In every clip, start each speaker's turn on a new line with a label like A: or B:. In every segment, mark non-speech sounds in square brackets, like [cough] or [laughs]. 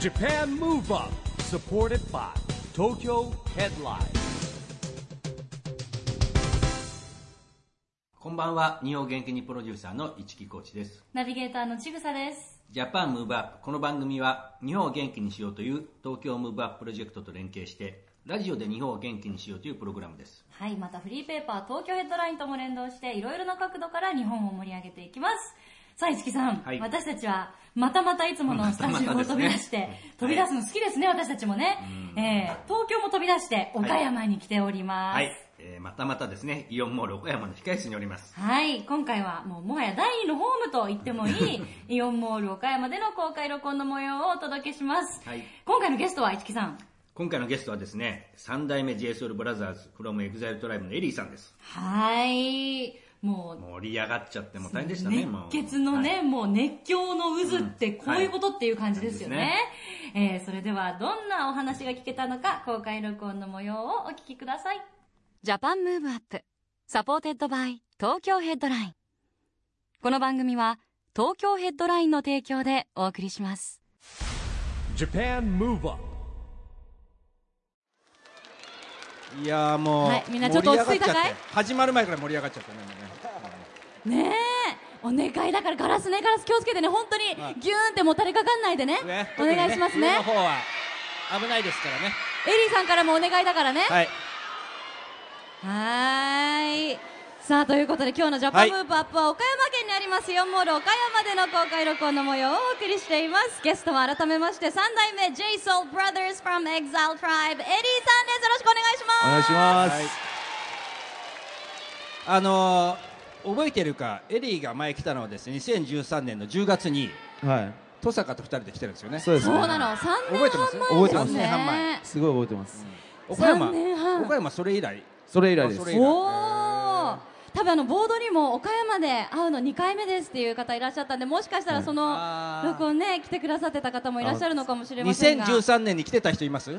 A: JAPAN MOVE UP SUPPORTED BY TOKYO HEADLINE
B: こんばんは日本元気にプロデューサーの市木コーチです
C: ナビゲーターのちぐさです。
B: ジャパンムーブアップこの番組は日本を元気にしようという東京ムーブアッププロジェクトと連携してラジオで日本を元気にしようというプログラムです
C: はい、またフリーペーパー、東京ヘッドラインとも連動して、いろいろな角度から日本を盛り上げていきます。さあ、市木さん、
B: はい
C: 私たちは、またまたいつものスタジオを
B: またまたですね
C: 飛び出して、飛び出すの好きですね、私たちもね。えー東京も飛び出して、岡山に来ております。
B: はい、えーまたまたですねイオンモール岡山の控え室におります
C: はい、今回はもうもはや第二のホームと言ってもいいイオンモール岡山での公開録音の模様をお届けします。
B: はい
C: 今回のゲストは市木さん。
B: 今回のゲストはですね三代目 JSOULBROTHERS from EXILETRIBE のエリーさんです
C: はい、もう
B: 盛り上がっちゃってもう大変でしたねもう
C: 熱血のね、
B: はい
C: もう熱狂の渦ってこういうことっていう感じですよ
B: はい
C: ね。えーそれではどんなお話が聞けたのか、公開録音の模様をお聞きください。
D: ジャパンムーブアップサポーテッドバイ東京ヘッドラインこの番組は東京ヘッドラインの提供でお送りします
A: JAPAN MOVE UP
E: いやーもう、
D: はいみんなちょっと落ち着いたか
E: 盛り上がっちゃっ
D: い
E: て始まる前から盛り上がっちゃったねもうね
D: ねえお願いだからガラスねガラス気をつけてね本当に
E: はい
D: ギューンってもたれかかんないでね
E: ね
D: お願いしますね
E: 上の方は危ないですからね
D: エリーさんからもお願いだからね
E: はい
D: はーいさあということで今日のジャパンムーブアップは岡山県にありますイオンモール岡山での公開録音の模様をお送りしていますゲストは改めまして三代目 JSOUL BROTHERS from EXILE TRIBE エリーさんですよろしくお願いします
E: お願いします、あのー、覚えてるかエリーが前来たのはですね2013年の10月に
F: は
E: 登坂と二人で来てるんですよね
F: い。そうです
D: そう
F: ね。
D: なの、3
E: 覚え
D: 年
E: てます
D: 半前ですね。
F: 覚えて
E: 三
F: ます
E: 年半前
F: すごい覚えてます。
E: 岡山
D: 三年半
E: 岡山それ以来
F: それ以来で
E: そ
F: す
E: れ。以来
D: おお。多分あのボードにも岡山で会うの2回目ですっていう方いらっしゃったんでもしかしたらその
E: あー
D: 録音ね来てくださってた方もいらっしゃるのかもしれませんが
E: 2013年に来てた人います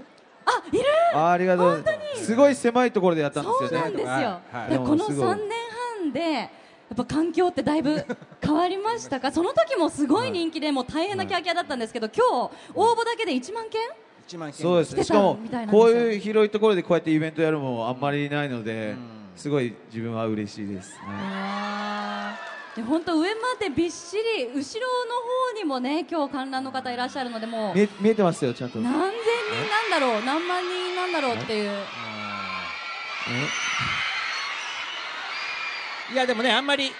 D: あいる
F: あーありがとう。すごい狭いところでやったん
D: そう
F: ですよ
D: な
F: ね。
D: んですよ、
E: はいはい
D: で
F: でも
D: この3
F: す
D: 年
F: ごい
D: 半でやっぱ環境ってだいぶ変わりましたかその時もすごい人気でもう大変なキャーキャーだったんですけど今日応募だけで1万件
E: 1万件
F: そうですね。
D: 来て
F: したか
D: み
F: も
D: たいなんですよ
F: こういう広いところでこうやってイベントやるのもあんまりないので、すごい自分は嬉しいです。はい
D: で本当上までびっしり後ろの方にもね今日観覧の方いらっしゃるのでも
F: 見
D: う
F: え見えてますよちゃんと。
D: 何千人なんだろう何万人なんだろうっていう
E: いやでもねあんまり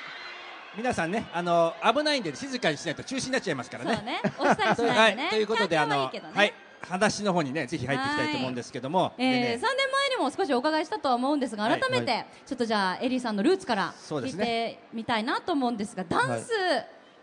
E: 皆さんねあの危ないんで静かにしないと中止になっちゃいますか
D: そ
E: ら
D: う
E: ね。
D: ね押したりし
E: は
D: ない
E: い
D: でね
E: ということであ
D: 観覧は
E: の
D: いいけどね
E: はい話の方にねぜひ入っていきたいと思うんですけども。
D: え
E: で
D: ー、3
E: ね
D: 年前にも少しお伺いしたとは思うんですが
E: はい
D: 改めて、ちょっとじゃあエリーさんのルーツから
E: そう
D: 聞
E: で
D: い
E: す
D: て
E: ね
D: みたいなと思うんですがダンス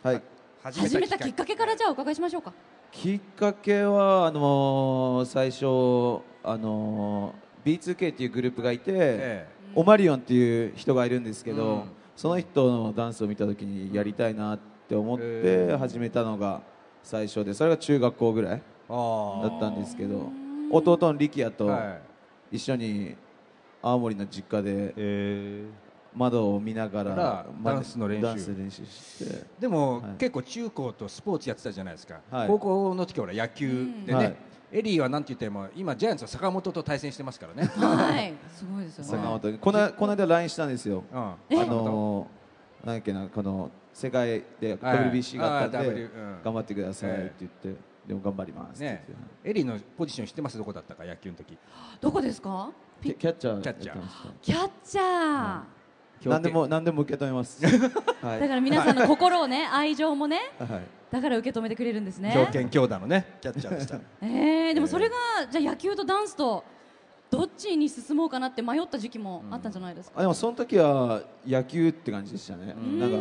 F: はい。
D: 始めたきっかけからじ
E: ゃ
D: ゃあお伺いしましょうか
F: きっかけはあのー最初あのー B2K っていうグループがいて、
E: え
F: オマリオンっていう人がいるんですけど、
E: うん
F: その人のダンスを見た時にやりたいなって思っ
E: へ
F: て
E: ー
F: 始めたのが最初でそれが中学校ぐらい
E: あー
F: だったんですけど弟の力也と
E: はい
F: 一緒に青森の実家で
E: え
F: 窓を見なが
E: から
F: ら
E: ダンスの練習
F: ダンス練習して
E: ーでも、
F: はい
E: 結構中高とスポーツやってたじゃないですか、
F: はい
E: 高校の時は俺野球でね、
F: うんはい
E: エリーはなんて言っても今ジャイアンツは坂本と対戦してますから
F: [laughs]
E: ね、
D: はい [laughs] すごいですよ
F: 坂
D: ね
F: 本君このこの間 LINE したんですよ
E: うん、あ
F: あのー、なんやっけなこの世界で
E: はい
F: WBC があったん
E: あー
F: で、
E: W うん
F: 頑張ってくださいっ
E: え
F: て言って、でも頑張りますって言っ
E: ね
F: て、
E: エリーのポジション知ってますどこだったか野球の時
D: どこですか
F: キャキャッチャー
E: キャッチャー
F: やってました
D: キャッチャー、
F: 何でも何でも受け止め
E: [laughs]
F: ます。はい。
D: だから皆さんの心をね、愛情もね、
F: はい。
D: だから受け止めてくれるんですね。
E: 強肩強打のねキャッチャーで [laughs] した
D: えー、でもそれが、じゃあ野球とダンスと、どっちに進もうかなって迷った時期もあったんじゃないですか。
F: あでもその時は野球って感じでしたね。なんか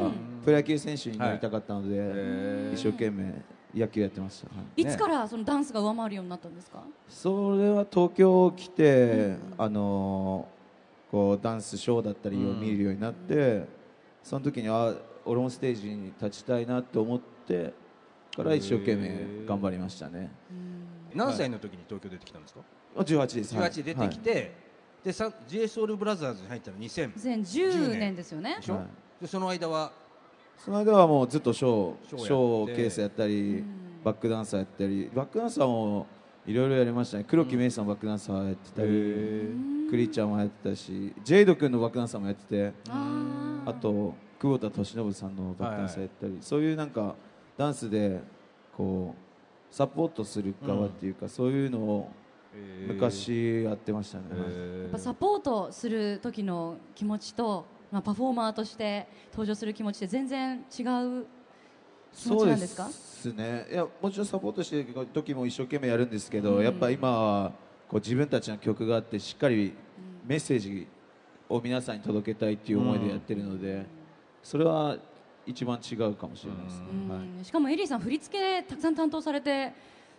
F: プロ野球選手になりたかったので、一生懸命野球やってました。はい
D: いつからそのダンスが上回るようになったんですか、
F: それは東京来て、あのーこうダンスショーだったりを見るようになって、その時にあ俺もステージに立ちたいなと思ってから一生懸命頑張りましたね。
E: 何歳の時に東京出てきたんですか
F: あ18です。はい
E: 18で出てきて、でさ JSOULBROTHERS に入ったの2000
D: ?2010 年ですよね
E: で。しょ、
F: はい
E: でその間は
F: その間はもうずっとショー
E: ショーやって
F: ショーケースやったり、バックダンサーやったりバックダンサーもいろいろやりましたね黒木メイさんバックダンサーやってたり、クリちゃんもやってたしジェイド君のバックダンサーもやってて
D: あ
F: あと久保田利伸さんのバックダンサーやったり、そういうなんかダンスでこうサポートする側っていうか、そういうのを昔やってましたね、
D: やっぱサポートする時の気持ちと、まあ、パフォーマーとして登場する気持ちって全然違う気持
F: そ
D: ちな
F: うで
D: んですか
F: すねいやもちろんサポートしてる時も一生懸命やるんですけど、やっぱ今はこう自分たちの曲があってしっかりメッセージを皆さんに届けたいっていう思いでやってるので、それは一番違うかもしれないですね、はい
D: うんしかもエリーさん振り付けたくさん担当されて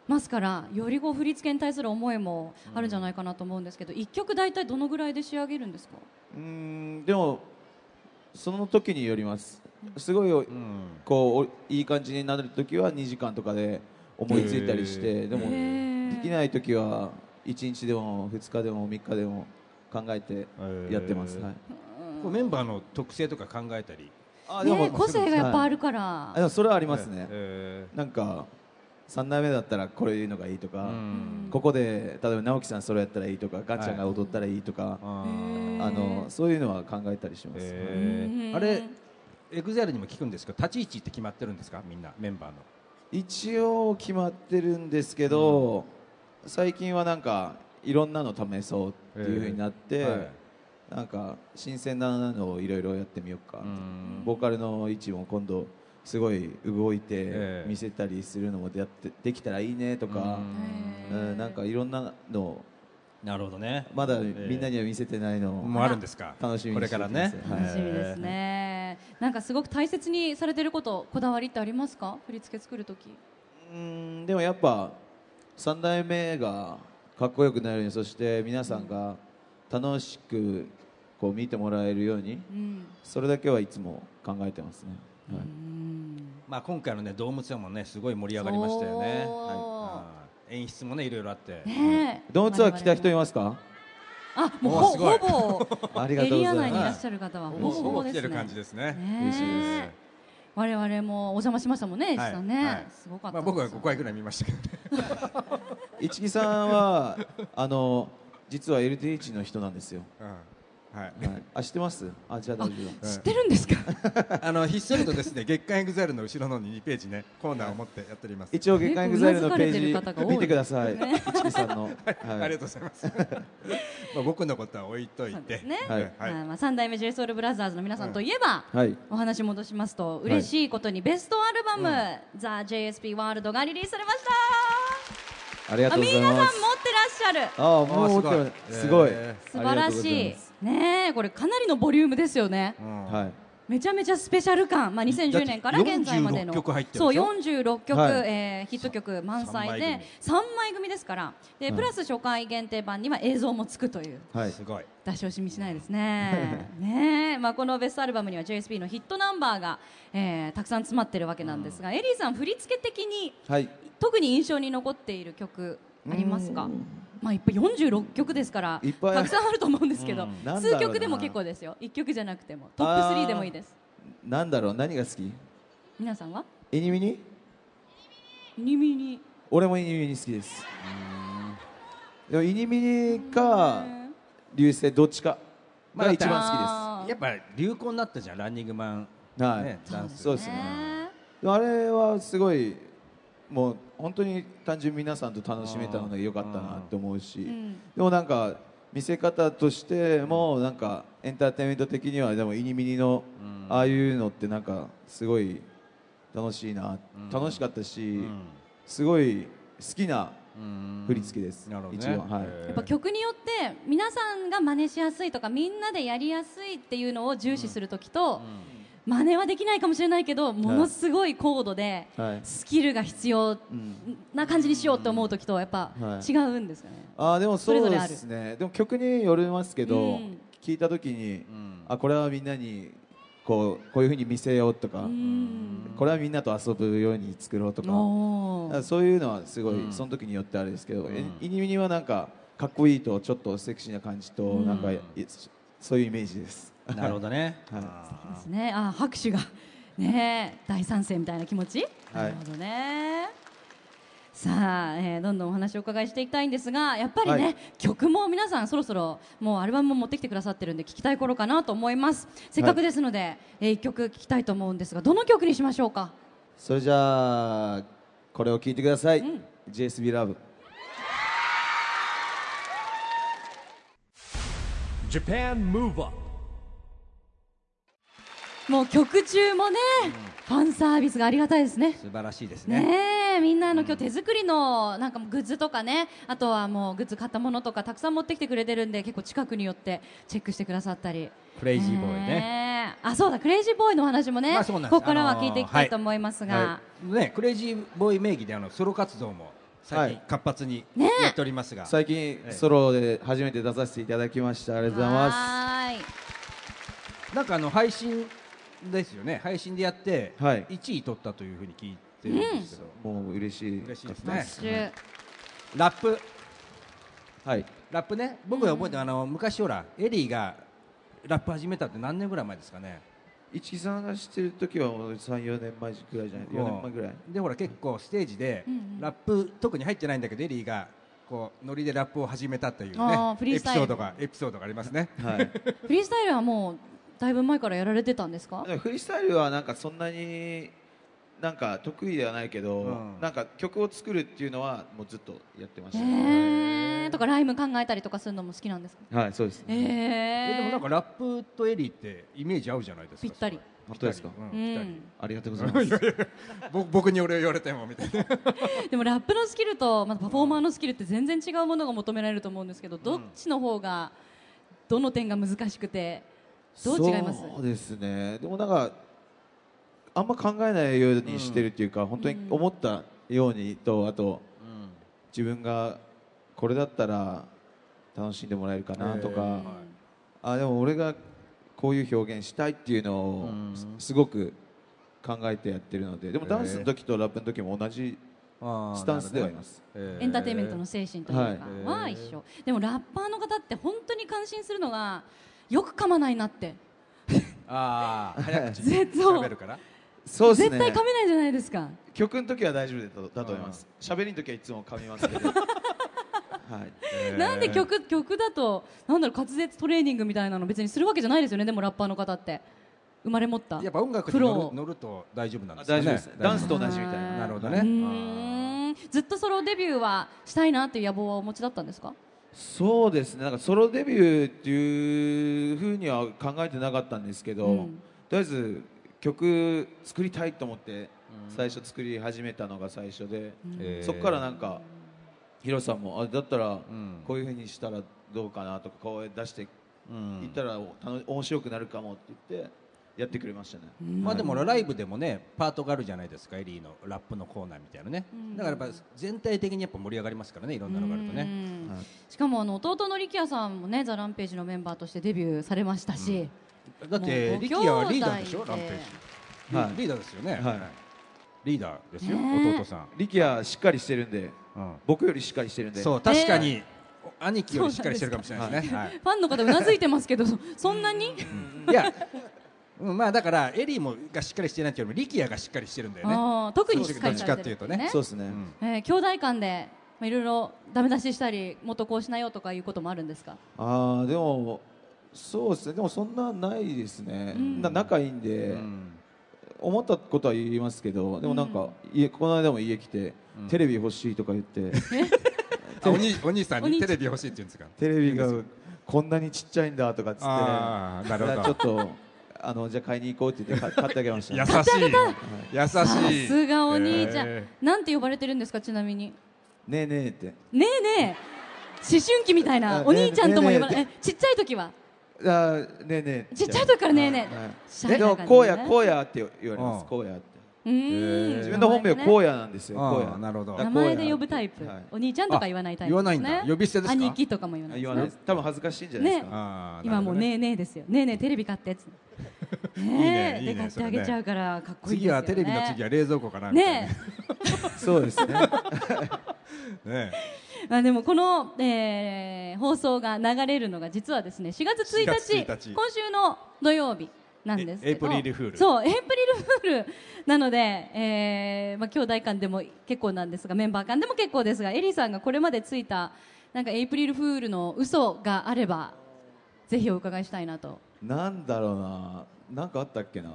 D: ますからよりこう振り付けに対する思いもあるんじゃないかなと思うんですけど、一曲大体どのぐらいで仕上げるんですか
F: うーんでもその時によりますすごい、こうおいい感じになる時は2時間とかで思いついたりしてでも
D: ー
F: できない時は1日でも2日でも3日でも考えてやってます、はい、
E: こうメンバーの特性とか考えたり、
F: あ
D: ねえ個性がやっぱあ
F: る、
D: るから、
F: はいあでもそれはありますね、
E: え
F: なんか3代目だったらこれ言うのがいいとか、
E: ーうん
F: ここで例えば直樹さんそれやったらいいとかガッちゃんが踊ったらいいとか、
E: あ
D: へー
F: あのそういうのは考えたりします、
E: えー
D: うん
E: あれエグゼルにも聞くんですけど立ち位置って決まってるんですかみんなメンバーの
F: 一応決まってるんですけど、最近はなんかいろんなの試そうっていう風になって、
E: はい
F: なんか新鮮なのをいろいろやってみようか、
E: ん
F: ボーカルの位置も今度すごい動い
E: え
F: て
E: え
F: 見せたりするのもやってできたらいいねとか、
D: へー
F: うんなんかいろんなの
E: なるほどね
F: まだ
E: え
F: みんなには見せてないのを
E: もうあるんですか
F: 楽しみに
E: これ
F: して
E: から
F: ます
E: ね
F: はい
D: 楽しみですね、なんかすごく大切にされてることこだわりってありますか振り付け作る時
F: うーんでもやっぱ3代目がかっこよくなるようにそして皆さんが楽しくこう見てもらえるように
D: うん
F: それだけはいつも考えてますね、はい
E: まあ、今回のねドームツアーもねすごい盛り上がりましたよね、
D: そう
E: はいうん演出もねいろいろあって、
D: ねえ
F: ドームツアー来た人いますか
D: あもう
E: おーすご
D: ほ
E: い
D: ほぼ
F: [laughs] ありが
D: エ
F: とうご
D: リ
F: ざ
D: ア
F: い
D: 内にいら
F: ま
D: っしゃる方はほ
E: も
D: ぼ
E: う
D: ほぼで
E: 来て
D: す
E: る
D: ね
E: 感じですね
D: ねえ
F: 嬉しいです
D: 我々もお邪魔しましたもんね、石
E: はい
D: さんね、
E: はい
D: すごかった
E: まあ、僕は
D: です
E: 5回ぐらい見ましたけどね
F: す一木さんはあの実は LDH の人なんですよ、
E: うん [laughs] はい
F: はい、あ知ってますあじゃあ大丈夫
D: 知ってるんですか
E: あのひっそりとですね月刊エグザイルの後ろの2ページねコーナーを持ってやっております、
F: 一応月刊エグザイルのペ
D: 結構うなずかれてる方が
F: ー
D: 多
F: ジ
D: い
F: 見てください、一木さんの、
E: あり
F: は
E: がと
F: いう
E: ございます [laughs] まあ僕のことは置いといて
D: ね、
F: はい
E: はい
D: まあまあ、3代目 j s o u l b r o t h e r の皆さんといえば、
F: はい
D: お話戻しますと嬉しいことにベストアルバム「THEJSP ワールドがリリースされました
F: ありが
D: あ
F: とうござ
D: 皆さん
F: い
D: 持
F: ま
D: っ
F: す
D: てらっしゃる
F: ああもう
E: あー
F: すごい
E: え
D: 素晴らしいねえこれかなりのボリュームですよね、
E: うん
F: はい
D: めちゃめちゃスペシャル感、まあ、2010年から現在までの
E: 46曲入ってる
D: そ
E: で
D: う
E: しょ
D: 46曲、
F: はい
D: えーヒット曲満載
E: 三枚
D: で
E: 組
D: 3枚組ですからで、
F: い
D: プラス初回限定版には映像もつくという
F: はい
E: すごい
D: 出し惜しみしないです
F: [laughs]
D: ねねえ、まあ、このベストアルバムには JSP のヒットナンバーが、えーたくさん詰まってるわけなんですが、エリーさん振り付け的に
F: はい
D: 特に印象に残っている曲ありますかまあ、いっぱい46曲ですから
F: いっぱい
D: たくさんあると思うんですけど、
F: なんだろうな
D: 数曲でも結構ですよ1曲じゃなくてもトップ3でもいいです
F: なんだろう何が好き
D: 皆さんは
F: エニミニ
D: にみに
F: 俺もイニミニ好きですでもイニミニか流星どっちか
E: まあ
F: が一番好き
D: あー
E: やっぱ流行になったじゃんランニングマン、
F: ですはい、
E: ね、ダンス
F: そうですね
D: ね
F: でもあれはすごいもう本当に単純に皆さんと楽しめたのが良かったなって思うし、
D: ん
F: でもなんか見せ方としてもなんかエンターテインメント的にはでもイニミニのああいうのってなんかすごい楽しいな、楽しかったし、すごい好きな振り付けです、
E: なるほどね
F: 一応はい、
E: え
D: やっぱ曲によって皆さんが真似しやすいとかみんなでやりやすいっていうのを重視するときと、真似はできないかもしれないけどものすごい高度で
F: はい
D: スキルが必要な感じにしようって思うときとやっぱ
F: はい
D: 違うんですかね、
F: あーでも
D: そ
F: そ
D: れ
F: う
D: ぞれ
F: で
D: ある
F: すねでも曲によりますけど、
D: うん
F: 聞いた時に、あこれはみんなにこうこういうふうに見せようとか、これはみんなと遊ぶように作ろうとか
D: お
F: だ
D: ー
F: からそういうのはすごい、その時によってあれですけど、えイニミニはなんかかっこいいとちょっとセクシーな感じと、なんかいそういうイメージです。
E: なるほどね、
F: [laughs] はい
D: ですねあ拍手がねえ大賛成みたいな気持ち、
F: はい
D: なるほどねさあ、えーどんどんお話をお伺いしていきたいんですがやっぱりね、
F: はい
D: 曲も皆さんそろそろもうアルバムも持ってきてくださってるんで聞きたい頃かなと思いますせっかくですので、え1曲聞きたいと思うんですがどの曲にしましょうか
F: それじゃあこれを聞いてください、JSB ラブ
A: Japan Move Up
D: もう曲中もね、ファンサービスがありがたいですね
E: 素晴らしいですね
D: ねえみんなあの今日手作りのなんかもうグッズとかねあとはもうグッズ買ったものとかたくさん持ってきてくれてるんで結構近くに寄ってチェックしてくださったり
E: クレイジーボーイ
D: ねあそうだクレイジーボーイのお話もね、
E: まあそうなんです
D: ここからは聞いていきたいと思いますが、
E: はいね、クレイジーボーイ名義であのソロ活動も最近
F: はい
E: 活発に
D: ね
E: やっておりますが、
F: 最近
E: ええ
F: ソロで初めて出させていただきましたありがとうございま
D: はーい
E: なんかあの配信ですよね配信でやって
F: はい
E: 1位取ったというふうに聞いてるんですけど、
F: すもう嬉しい
E: 嬉しいですね
D: 拍手
E: ラップ
F: はい
E: ラップね僕が覚えてる、あの昔ほらエリーがラップ始めたって何年ぐらい前ですかね
F: 一木さんが知ってる時は34年前ぐらいじゃない4年前ぐらい
E: でほら結構ステージでラップ特に入ってないんだけどエリーがこうノリでラップを始めたという
D: あ
E: ね
D: ーフリー
E: エピ
D: ス
E: ソ
D: タイル
E: ードがエピソードがありますね
F: はい
D: フリースタイルはもうだいぶ前からやられてたんですか
F: なんかフリースタイルはなんかそんなになんか得意ではないけど、
E: うん
F: なんか曲を作るっていうのはもうずっとやってまし
D: え
F: た、
D: ー、とかライム考えたりとかするのも好きなんですか
F: はいそうです
D: え
F: ね、
E: え
D: ー、
E: でもなんかラップとエリーってイメージ合うじゃないですか
D: ぴったり
E: すごい
F: 本当ですか
E: うん
D: う
E: ぴった
D: ん
E: り
F: ありがとうございます
E: 僕僕に俺を言われてもみたいな
D: [laughs] でもラップのスキルと、まあ、パフォーマーのスキルって全然違うものが求められると思うんですけどどっちの方がどの点が難しくて [laughs] どう違います
F: そうですねでもなんかあんま考えないようにしてるっていうか、本当に思ったようにとあと、自分がこれだったら楽しんでもらえるかなとか、あでも俺がこういう表現したいっていうのをすすごく考えてやってるのででもダンスの時とラップの時も同じ
E: あー
F: スタンスではいます、
D: エンターテインメントの精神というかは
E: はい
D: 一緒、でもラッパーの方って本当に感心するのがよく噛まないなって
E: ああ早口で
D: 絶対
E: 喋るから
F: そうです
D: 絶
F: ね
D: 対噛めないじゃないですか
F: 曲の時は大丈夫だとだと思います喋りの時はいつも噛みます [laughs] けどはい
D: なんで曲曲だとなんだろう滑舌トレーニングみたいなの別にするわけじゃないですよねでもラッパーの方って生まれ持った
E: やっぱ音楽に
D: 苦
E: 乗
D: 労
E: る乗ると大丈夫なん
F: あ
E: ですかね
F: 大丈夫です、ダンスと同じみたいな
E: なるほど
D: う
E: ね
D: ーんずっとソロデビューはしたいなっていう野望はお持ちだったんですか
F: そうですねなんかソロデビューっていうふうには考えてなかったんですけど、
D: うん
F: とりあえず曲作りたいと思って最初作り始めたのが最初で、
E: えー
F: そこからなんかヒロさんもあだったら
E: ん
F: こういうふうにしたらどうかなとか声出していったらお楽面白くなるかもって言ってやってくれましたね、
E: まあでもライブでもねパートがあるじゃないですかエリーのラップのコーナーみたいなねだからやっぱ全体的にやっぱ盛り上がりますからねいろんなのがあると
D: う
E: ね
D: ん
F: はい
D: しかもあの弟の力也さんもねザランページのメンバーとしてデビューされましたし、
E: だって力也はリーダーでしょ
D: もう
E: ラ
D: ご
E: ン
D: 兄
E: ペ
D: 弟で
E: ージ
F: はい
E: リーダーですよね
F: はい
E: リーダーですよ
D: ねえ
E: 弟さん
F: 力也しっかりしてるんで
E: うん
F: 僕よりしっかりしてるんで
E: そう確かにお兄貴よりしっかりしてるかもしれないですねはい
D: ファンの方うなずいてますけどそそんなに、
E: いやうんまあだからエリーもがしっかりしてないっていうよりも力也がしっかりしてるんだよね
D: あー特にしっかり
E: どっ
D: さ
E: ちか
D: れ
E: って
D: て
E: い
D: る
E: うとね
F: そうですね、
D: えー兄弟間でまあいろいろダメ出ししたりもっとこうしなよとかいうこともあるんですか
F: ああでもそうですねでもそんなないですね、な仲いいんで、思ったことは言いますけどでもなんか、家この間も家来て、テレビ欲しいとか言って
E: あお兄お兄さん
D: お
E: に
D: 兄
E: [laughs] テレビ欲しいって言うんですか
F: テレビがこんなにちっちゃいんだとかっつって
E: あーなるほど
F: ちょっとあのじゃあ買いに行こうって言
E: [laughs]
F: ってか買ってあげまし
E: 優
F: た
E: しい優しい
D: さすがお兄ちゃん、
E: え
D: なんて呼ばれてるんですかちなみに
F: ねえねえって
D: ねえねえ思春期みたいな
F: あ
D: お兄ちゃんとも呼ば
F: ねえね
D: れ、
F: え
D: えちっちゃい時は
F: あーねえねえ
D: ちっちゃい時からねえねえ、シャイな
F: えでも
D: 感じ
F: こうや
D: ね
F: こうやって言われま
E: うん
F: すこうやって
D: うーん
F: 自分の本名こ
D: う
F: うやなんですよこう
E: あー
F: や
E: なるほど
F: だ
D: 名
F: からこうや
D: 前で呼ぶタイプ、
F: はい
D: お兄ちゃんとか言わないタイプ
E: あ言わないんだ呼び捨てですか
D: 兄貴とかも言わない
F: 言わないです多分恥ずかしいんじゃないですか、
D: ね
E: あーな
D: 今
E: るほ
D: も
E: ど
D: うねえねえですよねえねえテレビ買ってっつってねえ
E: [laughs] いいねいいね
D: で買ってあげちゃうからかっこいいです
E: 次
D: よ、ね、
E: はテレビの次は冷蔵庫かなみたいな
D: ね
F: [laughs] そうですね
E: [laughs] ね
D: [laughs] えあでもこの、えー放送が流れるのが実はですね4月1日
E: 4月1日
D: 今週の土曜日なんですけど
E: エイプリルフール
D: そうエイプリルフー [laughs] ルなので、えーまあ、兄弟間でも結構なんですがメンバー間でも結構ですがエリーさんがこれまでついたなんかエイプリルフールの嘘があればぜひお伺いしたいなと
F: なんだろうななんかあったっけな、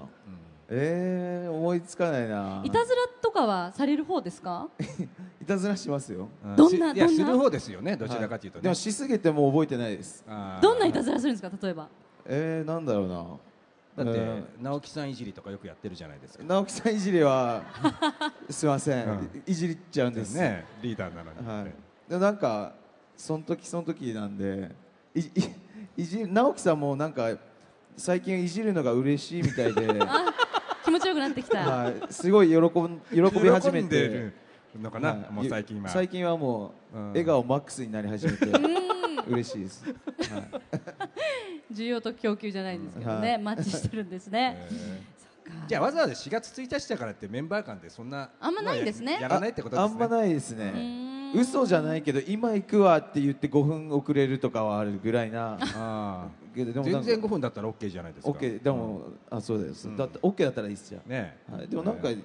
F: えー、思いつかないない
D: たずらとかはされる方ですか
F: いたずらしますよ
E: う
D: どんな
E: しいや
D: どん
E: す
D: な
E: る方ですよねどちらかというと
F: はで
E: ね
F: もしすぎてもう覚えてないです
E: あー
D: どんないたずらするんですか例えば
F: えー、なんだろうな
E: だって、
F: え
E: 直樹さんいじりとかよくやってるじゃないですか
F: ー直樹さんいじり
D: [laughs]
F: はすいません、
E: うん
F: いじりちゃうんです
E: ねリーダーなのに、
F: はい、でなんかその時その時なんでいいいじ直樹さんもなんか最近いじるのが嬉しいみたいで、
D: 気持ちよくなってきた、
F: はい、すごい喜ん喜び始め
E: 喜んで
F: て
E: るのかな、
F: はい
E: もう最近は
F: 最近はもう、
E: うん
F: 笑顔マックスになり始めて嬉しいです、はい
D: 需要と供給じゃないんですけどね、
F: はい
D: マッチしてるんですね、
E: [laughs] えーじゃあわざわざ4月1日だからってメンバー間でそんな
D: あんまないんですね
E: ややらないってことですね
F: ああんまないです
D: う
F: ね
D: ーん
F: 嘘じゃないけど今行くわって言って5分遅れるとかはあるぐらいな
E: あー
F: けどでもな
E: 全
F: んか
E: 然5分だったら OK じゃないですか
F: OK でも、あそうです、だって OK だったらいいっすじゃん
E: ねえ
F: はい、でもなんか、
E: ね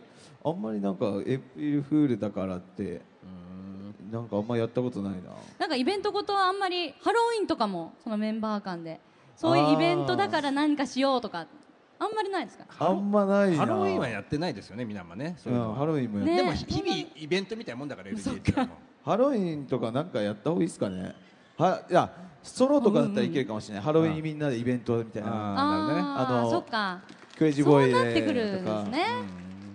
F: あんまりなんかエイプリルフールだからってなんかあんまやったことないな
D: なんかイベントごとはあんまりハロウィンとかもそのメンバー間でそういうイベントだから何かしようとかあんまりないですか
F: あんまないな
E: ハロウィンはやってないですよね皆んもねそうういうんの
F: ハ
E: は
F: ロウィンもやっ
D: ね
E: でも日々イベントみたいなもんだから LDH はも
F: ハロウィンとかなんかやった方がいいですかねはいやソロとかだったらいけるかもしれない、ハロウィンみんなでイベントみたいな
E: あーなるほどね
D: あー
F: あの
D: そっか
F: クレイジーボ
D: そ
F: ー
D: う
F: イ
D: なってくる
F: で
D: ん
F: と
D: で
F: か
D: すね、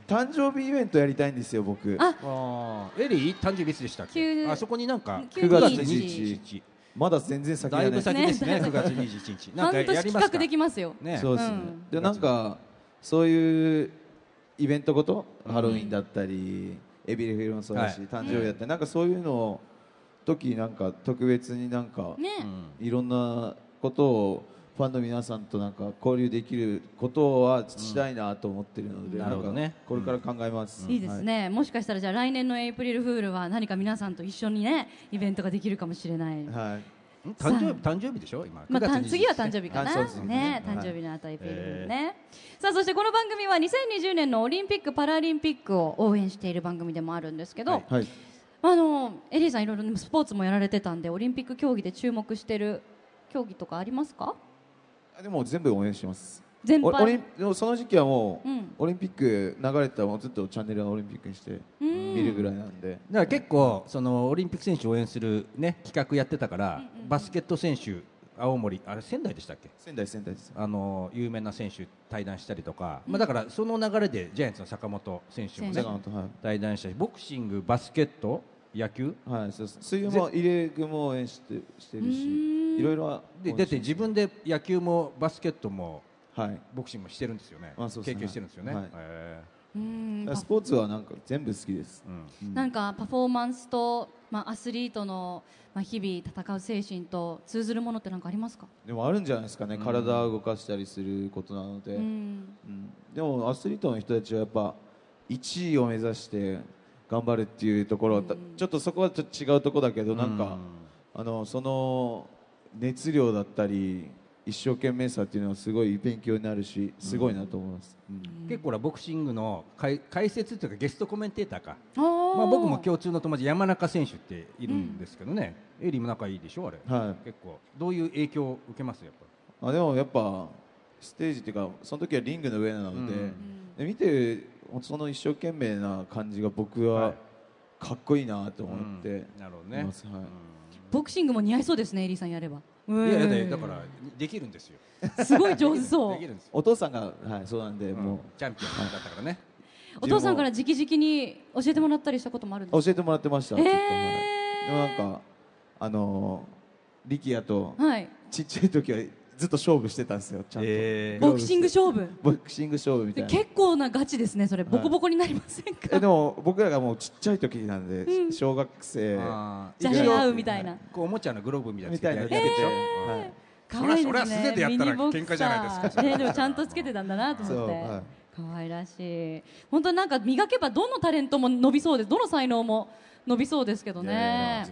F: 誕生日イベントやりたいんですよ僕
D: あ
E: あーエリー誕生日いつでしたっけ
D: 急
E: あそこになんか
D: 急に
F: 9月
E: 21
F: 21
E: 日
F: まだ全然先
E: だ
F: じ
E: い
F: ゃな
E: ぶ
F: い
E: 先ですね
D: ね
E: 9月21日なんか
D: [laughs] 半
E: や
D: 年
E: り
D: 企
E: ますか
D: 画できますよ
E: ね
F: そうですね、
D: うん
F: でなんかそういうイベントごと、ハロウィンだったりエビリフィルもそうだし、
E: はい
F: 誕生日だったり、なんかそういうのを時なんか特別になんか、
D: ね、
F: いろんなことをファンの皆さんとなんか交流できることはしたいなと思ってるので、
E: うんなるほどね
F: んかこれから考えます、
D: いいですね、もしかしたらじゃあ来年のエイプリルフールは何か皆さんと一緒にねイベントができるかもしれない、
F: はい、はい
E: ん誕生日誕生日でしょ今
D: まあ、たん次は誕
E: 日
D: 生日かな、
F: あそうです
D: ね
F: ね
D: 誕生日のあたりピールね、さあそしてこの番組は2020年のオリンピック・パラリンピックを応援している番組でもあるんですけど、
E: はい
F: はい
D: あのエリーさんいろいろねスポーツもやられてたんでオリンピック競技で注目してる競技とかありますか
F: あでも全部応援します
D: 全般
F: おオリンでもその時期はもう、
D: うん
F: オリンピック流れてたらもうずっとチャンネルはオリンピックにして見るぐらいなんで、
E: だから結構そのオリンピック選手を応援するね企画やってたからバスケット選手青森あれ仙台でしたっけ
F: 仙台仙台です
E: あの有名な選手対談したりとかまあだからその流れでジャイアンツの坂本選手もね
F: だからは
E: 対談したしボクシングバスケット野球
F: い、はい、そうです水泳も入れ具も応援してしてるしいろいろは
E: で
F: 応援
E: 出
F: して
E: て自分で野球もバスケットも
F: はい
E: ボクシングもしてるんですよね
F: あそうです
E: 経
F: ね
E: 験してるんですよね、
F: はい
E: へ
D: うーん
F: だからスポーツはなんか全部好きです、
E: ーうん
D: なんかパフォーマンスと、まあ、アスリートの、まあ、日々戦う精神と通ずるものって何かありますか
F: でもあるんじゃないですかね体を動かしたりすることなので、
D: うん
F: うんでもアスリートの人たちはやっぱ1位を目指して頑張るっていうところはたちょっとそこはちょっと違うところだけどなんかあのその熱量だったり一生懸命さっていうのはすごい勉強になるしすごいなと思います、うん
E: 結構ほらボクシングの解解説というかゲストコメンテーターか
D: あー
E: まあ、僕も共通の友達山中選手っているんですけどね、エリーも仲いいでしょあれ、
F: はい
E: 結構どういう影響を受けますやっぱ
F: あでもやっぱステージっていうかその時はリングの上なので,、で見てるその一生懸命な感じが僕
E: は
F: はいかっこいいなと思って、
E: うんなるほどね
F: いますはい
D: ボクシングも似合いそうですねエリーさんやれば
E: いやいやでだからできるんですよ
D: すごい上手そ
E: で
D: う
E: きるんですよ、
F: お父さんが、はい、そうなんで、
E: も
F: も
E: う
F: う
E: チャンピオンだったからね
D: お父さんから直々に教えてもらったりしたこともあるんですか
F: 教えてもらってました、
D: えー
F: ちょっとはいでもなんかあのー力也と
D: はい
F: ちっちゃい時はずっと勝負してたんですよちゃんと、
E: え
D: ボクシング勝負
F: ボクシング勝負みた
D: で
F: いな
D: 結構なガチですねそれボコボコになりませんか、
F: えでも僕らがもうちっちゃい時なんで、小学生
E: あー
D: じゃれ合うみたいな、
E: こうおもちゃのグローブみたいなの
F: み
E: つけて
F: た
E: や
F: いな
E: る
F: の
E: やつでしょ、
F: はい
D: 可愛い
E: そ
D: で
E: りゃそ
D: す
E: りゃ素手
D: ね
E: でやっ
D: ミ
E: たら
D: ニボクサー
E: 喧嘩じゃないですか
D: ねでもちゃんとつけてたんだなと思って、
F: そうはい
D: 可愛らしい本当になんか磨けばどのタレントも伸びそうですどの才能も伸びそうですけどね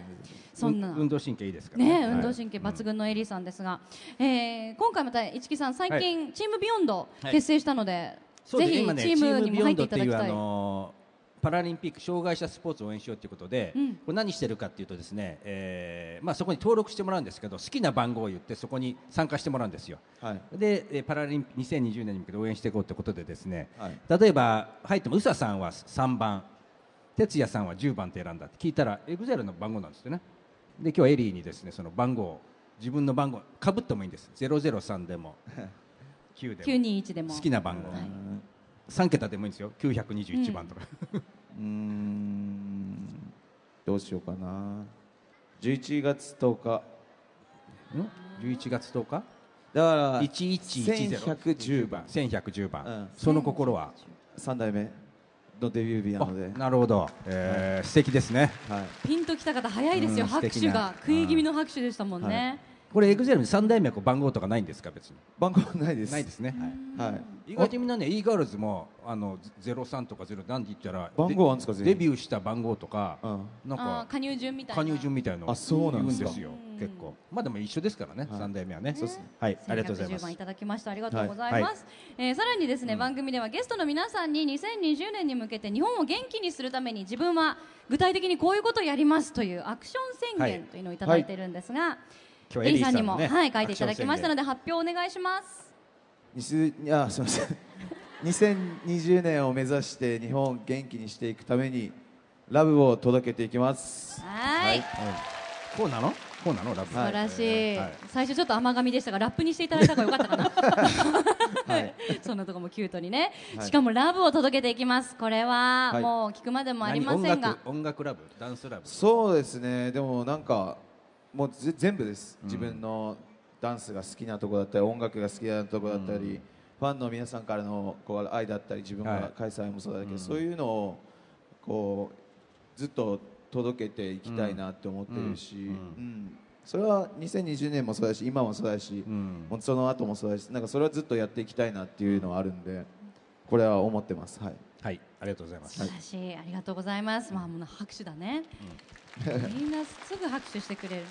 D: そんな
E: 運動神経いいですから
D: ね、
E: はい
D: 運動神経抜群のエリーさんですが、えー今回また市木さん最近、チームビヨンド
E: はい
D: 結成したので、
E: そうで
D: ぜ
E: すね
D: ひ
E: 今ね
D: チームにも入っていただ
E: チームビヨンドって
D: き
E: いう
D: た
E: あ
D: い。
E: のーパラリンピック障害者スポーツを応援しようということで、
D: うん
E: これ何してるかっていうとですね、えーまあそこに登録してもらうんですけど好きな番号を言ってそこに参加してもらうんですよ。
F: はい
E: でえーパラリンピ2020年に向けて応援していこうということでですね、
F: はい
E: 例えば入っても宇佐さんは3番哲也さんは10番って選んだって聞いたらエグゼルの番号なんですよねで今日はエリーにですねその番号を自分の番号かぶってもいいんです003で
D: [laughs]
E: も9でも
D: 九人一でも
E: 好きな番号、
D: はい
E: 3桁でもいいんですよ921番とか、
F: うーんどうしようかな11月10日
E: うん、11月10日
F: だから
E: 1110
F: 1110番
E: 1110番、
F: うん
E: その心は
F: 3代目のデビュー日な
E: あ
F: ので
E: なるほど、えー素敵ですね
F: はい
D: ピンときた方早いですよ、
E: うん
D: 拍手
E: 素
D: が
E: 敵な
D: 食い気味の拍手でしたもんね。
E: これエグゼルに3代目はこう番号とかないんですか別に
F: 番号ないです
E: ないですね、
F: はい
E: 意外とみんなね e ガールズもあの03とか0なんて言ったら
F: 番号あるんですか
E: で
F: 全
E: デ
F: 員
E: ビューした番号とか、
F: うん
E: なん
D: あー
E: か
D: 加入順みたいな
E: 加入順みたいのを
F: あそうなんです
E: 言う
F: か
E: んですよ結構まあでも一緒ですからね、
F: はい
E: 三3代目はね
F: そうですね
E: はいありがとうございま
D: 1110番い
E: す
D: ただきましたありがとうございます、えーさらにですね、番組ではゲストの皆さんに2020年に向けて日本を元気にするために自分は具体的にこういうことをやりますというアクション宣言
E: はい
D: というのをいただいてるんですが、
E: 今
D: エリーさんにも、
E: のね
D: はい、書いていただきましたの
E: アク
D: で発表お願いします
F: 西あすみません2020年を目指して日本を元気にしていくためにラブを届けていきます
D: はい
E: ション宣言うんこうなのこうなのラブ
D: 素晴らしい、
E: はい
D: 最初ちょっと甘噛みでしたがラップにしていただいた方が良かったかな
F: はい
D: [laughs] そんなとこもキュートにね、
F: はい
D: しかもラブを届けていきますこれは、
F: はい
D: もう聞くまでもありません
E: 何音
D: が
E: 楽音楽ラブダンスラブ
F: そうですねでもなんかもうぜ全部です、自分のダンスが好きなとこだったり音楽が好きなとこだったり、ファンの皆さんからのこう愛だったり自分
E: は
F: が
E: い
F: 開催もそうだけど、そういうのをこうずっと届けていきたいなって思ってるし、うんそれは2020年もそうだし今もそうだし、
E: ん
F: もうその後もそうだしなんかそれはずっとやっていきたいなっていうのはあるんでこれは思ってます。はい
E: はいありがとうございます、
D: 素晴らしい、ありがとうございます。まあ、もう拍手だね。みんなすぐ拍手してくれる。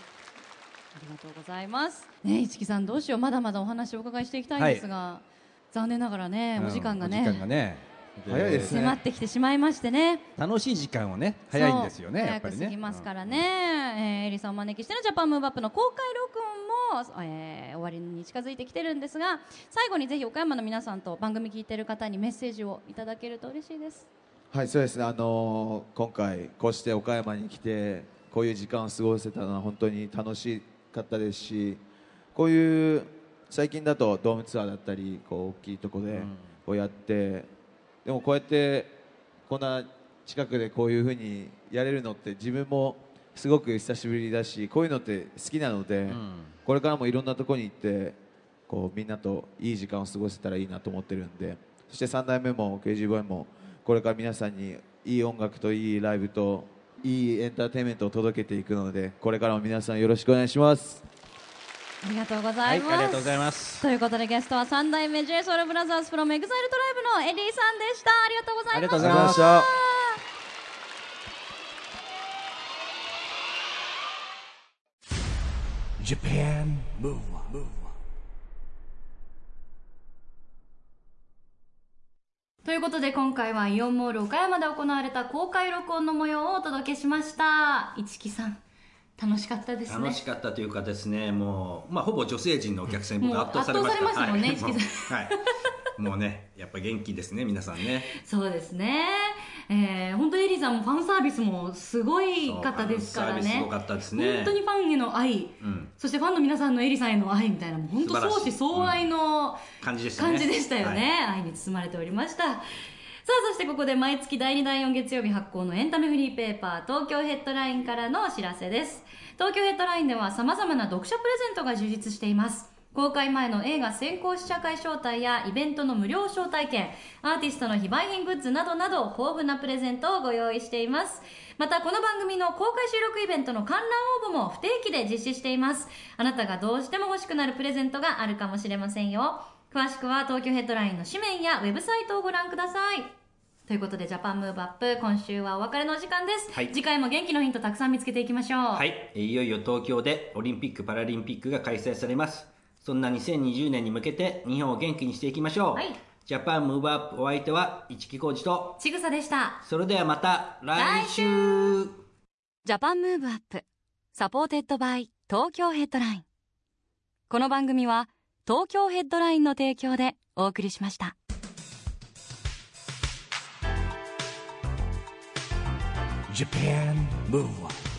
D: ありがとうございます。ね、一木さん、どうしよう、まだまだお話をお伺いしていきたいんですが。残念ながらね、お時間がね。
E: うんお時間がね
F: 早いですね
D: 迫ってきてしまいましてね。
E: 楽しい時間をね早いんですよね
D: そう
E: やっぱりね
D: 早く過ぎますからね、えーエリさんをお招きしてのジャパンムーブアップの公開録音も、えー終わりに近づいてきてるんですが最後にぜひ岡山の皆さんと番組聞いてる方にメッセージをいただけると嬉しいです
F: はい、そうですね。あのー今回こうして岡山に来てこういう時間を過ごせたのは本当に楽しかったですし、こういう最近だとドームツアーだったりこう大きいとこでこうやって、でもこうやってこんな近くでこういうふうにやれるのって自分もすごく久しぶりだし、こういうのって好きなので、これからもいろんなとこに行ってこうみんなといい時間を過ごせたらいいなと思ってるんでそして3代目も KGBOY もこれから皆さんにいい音楽といいライブといいエンターテインメントを届けていくのでこれからも皆さんよろしくお願いします
D: ありがとうございます、
E: はいありがとうございます
D: ということでゲストは三代目 JSOULBROTHERS from EXILE トライブのエリーさんでしたありがとうござ
E: あ
D: いました
E: りがとうございました
F: ありがとうございました
C: ということで今回はイオンモール岡山で行われた公開録音の模様をお届けしました一木さん楽しかったですね
B: 楽しかったというかですね、もう、まあ、ほぼ女性陣のお客さんに僕
C: もう
B: 圧倒されました。
C: 圧倒されましたもんね
B: はいはい。もうね、やっぱ元気ですね、皆さんね。
C: そうですねえー、本当エリさんもファンサービスもすごい方ですからね
B: そうファンサービスすごかったですね
C: 本当にファンへの愛、
B: うん
C: そしてファンの皆さんのエリさんへの愛みたいなもう本当
B: 素晴らしい
C: 相思相愛の
B: 感じでしたね。
C: 感じでしたよね、
B: はい
C: 愛に包まれておりましたさあそしてここで毎月第2第4月曜日発行のエンタメフリーペーパー東京ヘッドラインからのお知らせです東京ヘッドラインでは様々な読者プレゼントが充実しています公開前の映画先行試写会招待やイベントの無料招待券アーティストの非売品グッズなどなど豊富なプレゼントをご用意していますまたこの番組の公開収録イベントの観覧応募も不定期で実施していますあなたがどうしても欲しくなるプレゼントがあるかもしれませんよ詳しくは東京ヘッドラインの紙面やウェブサイトをご覧ください。ということで、ジャパンムーブアップ、今週はお別れのお時間です。
B: はい
C: 次回も元気のヒントたくさん見つけていきましょう。
B: はい、えーいよいよ東京でオリンピック・パラリンピックが開催されます。そんな2020年に向けて日本を元気にしていきましょう。
C: はい
B: ジャパンムーブアップお相手は市木浩二と、
C: ちぐさでした。
B: それではまた来週
D: ジャパンムーブアップサポーテッドバイ東京ヘッドラインこの番組は東京ヘッドラインの提供でお送りしました
A: Japan Move Up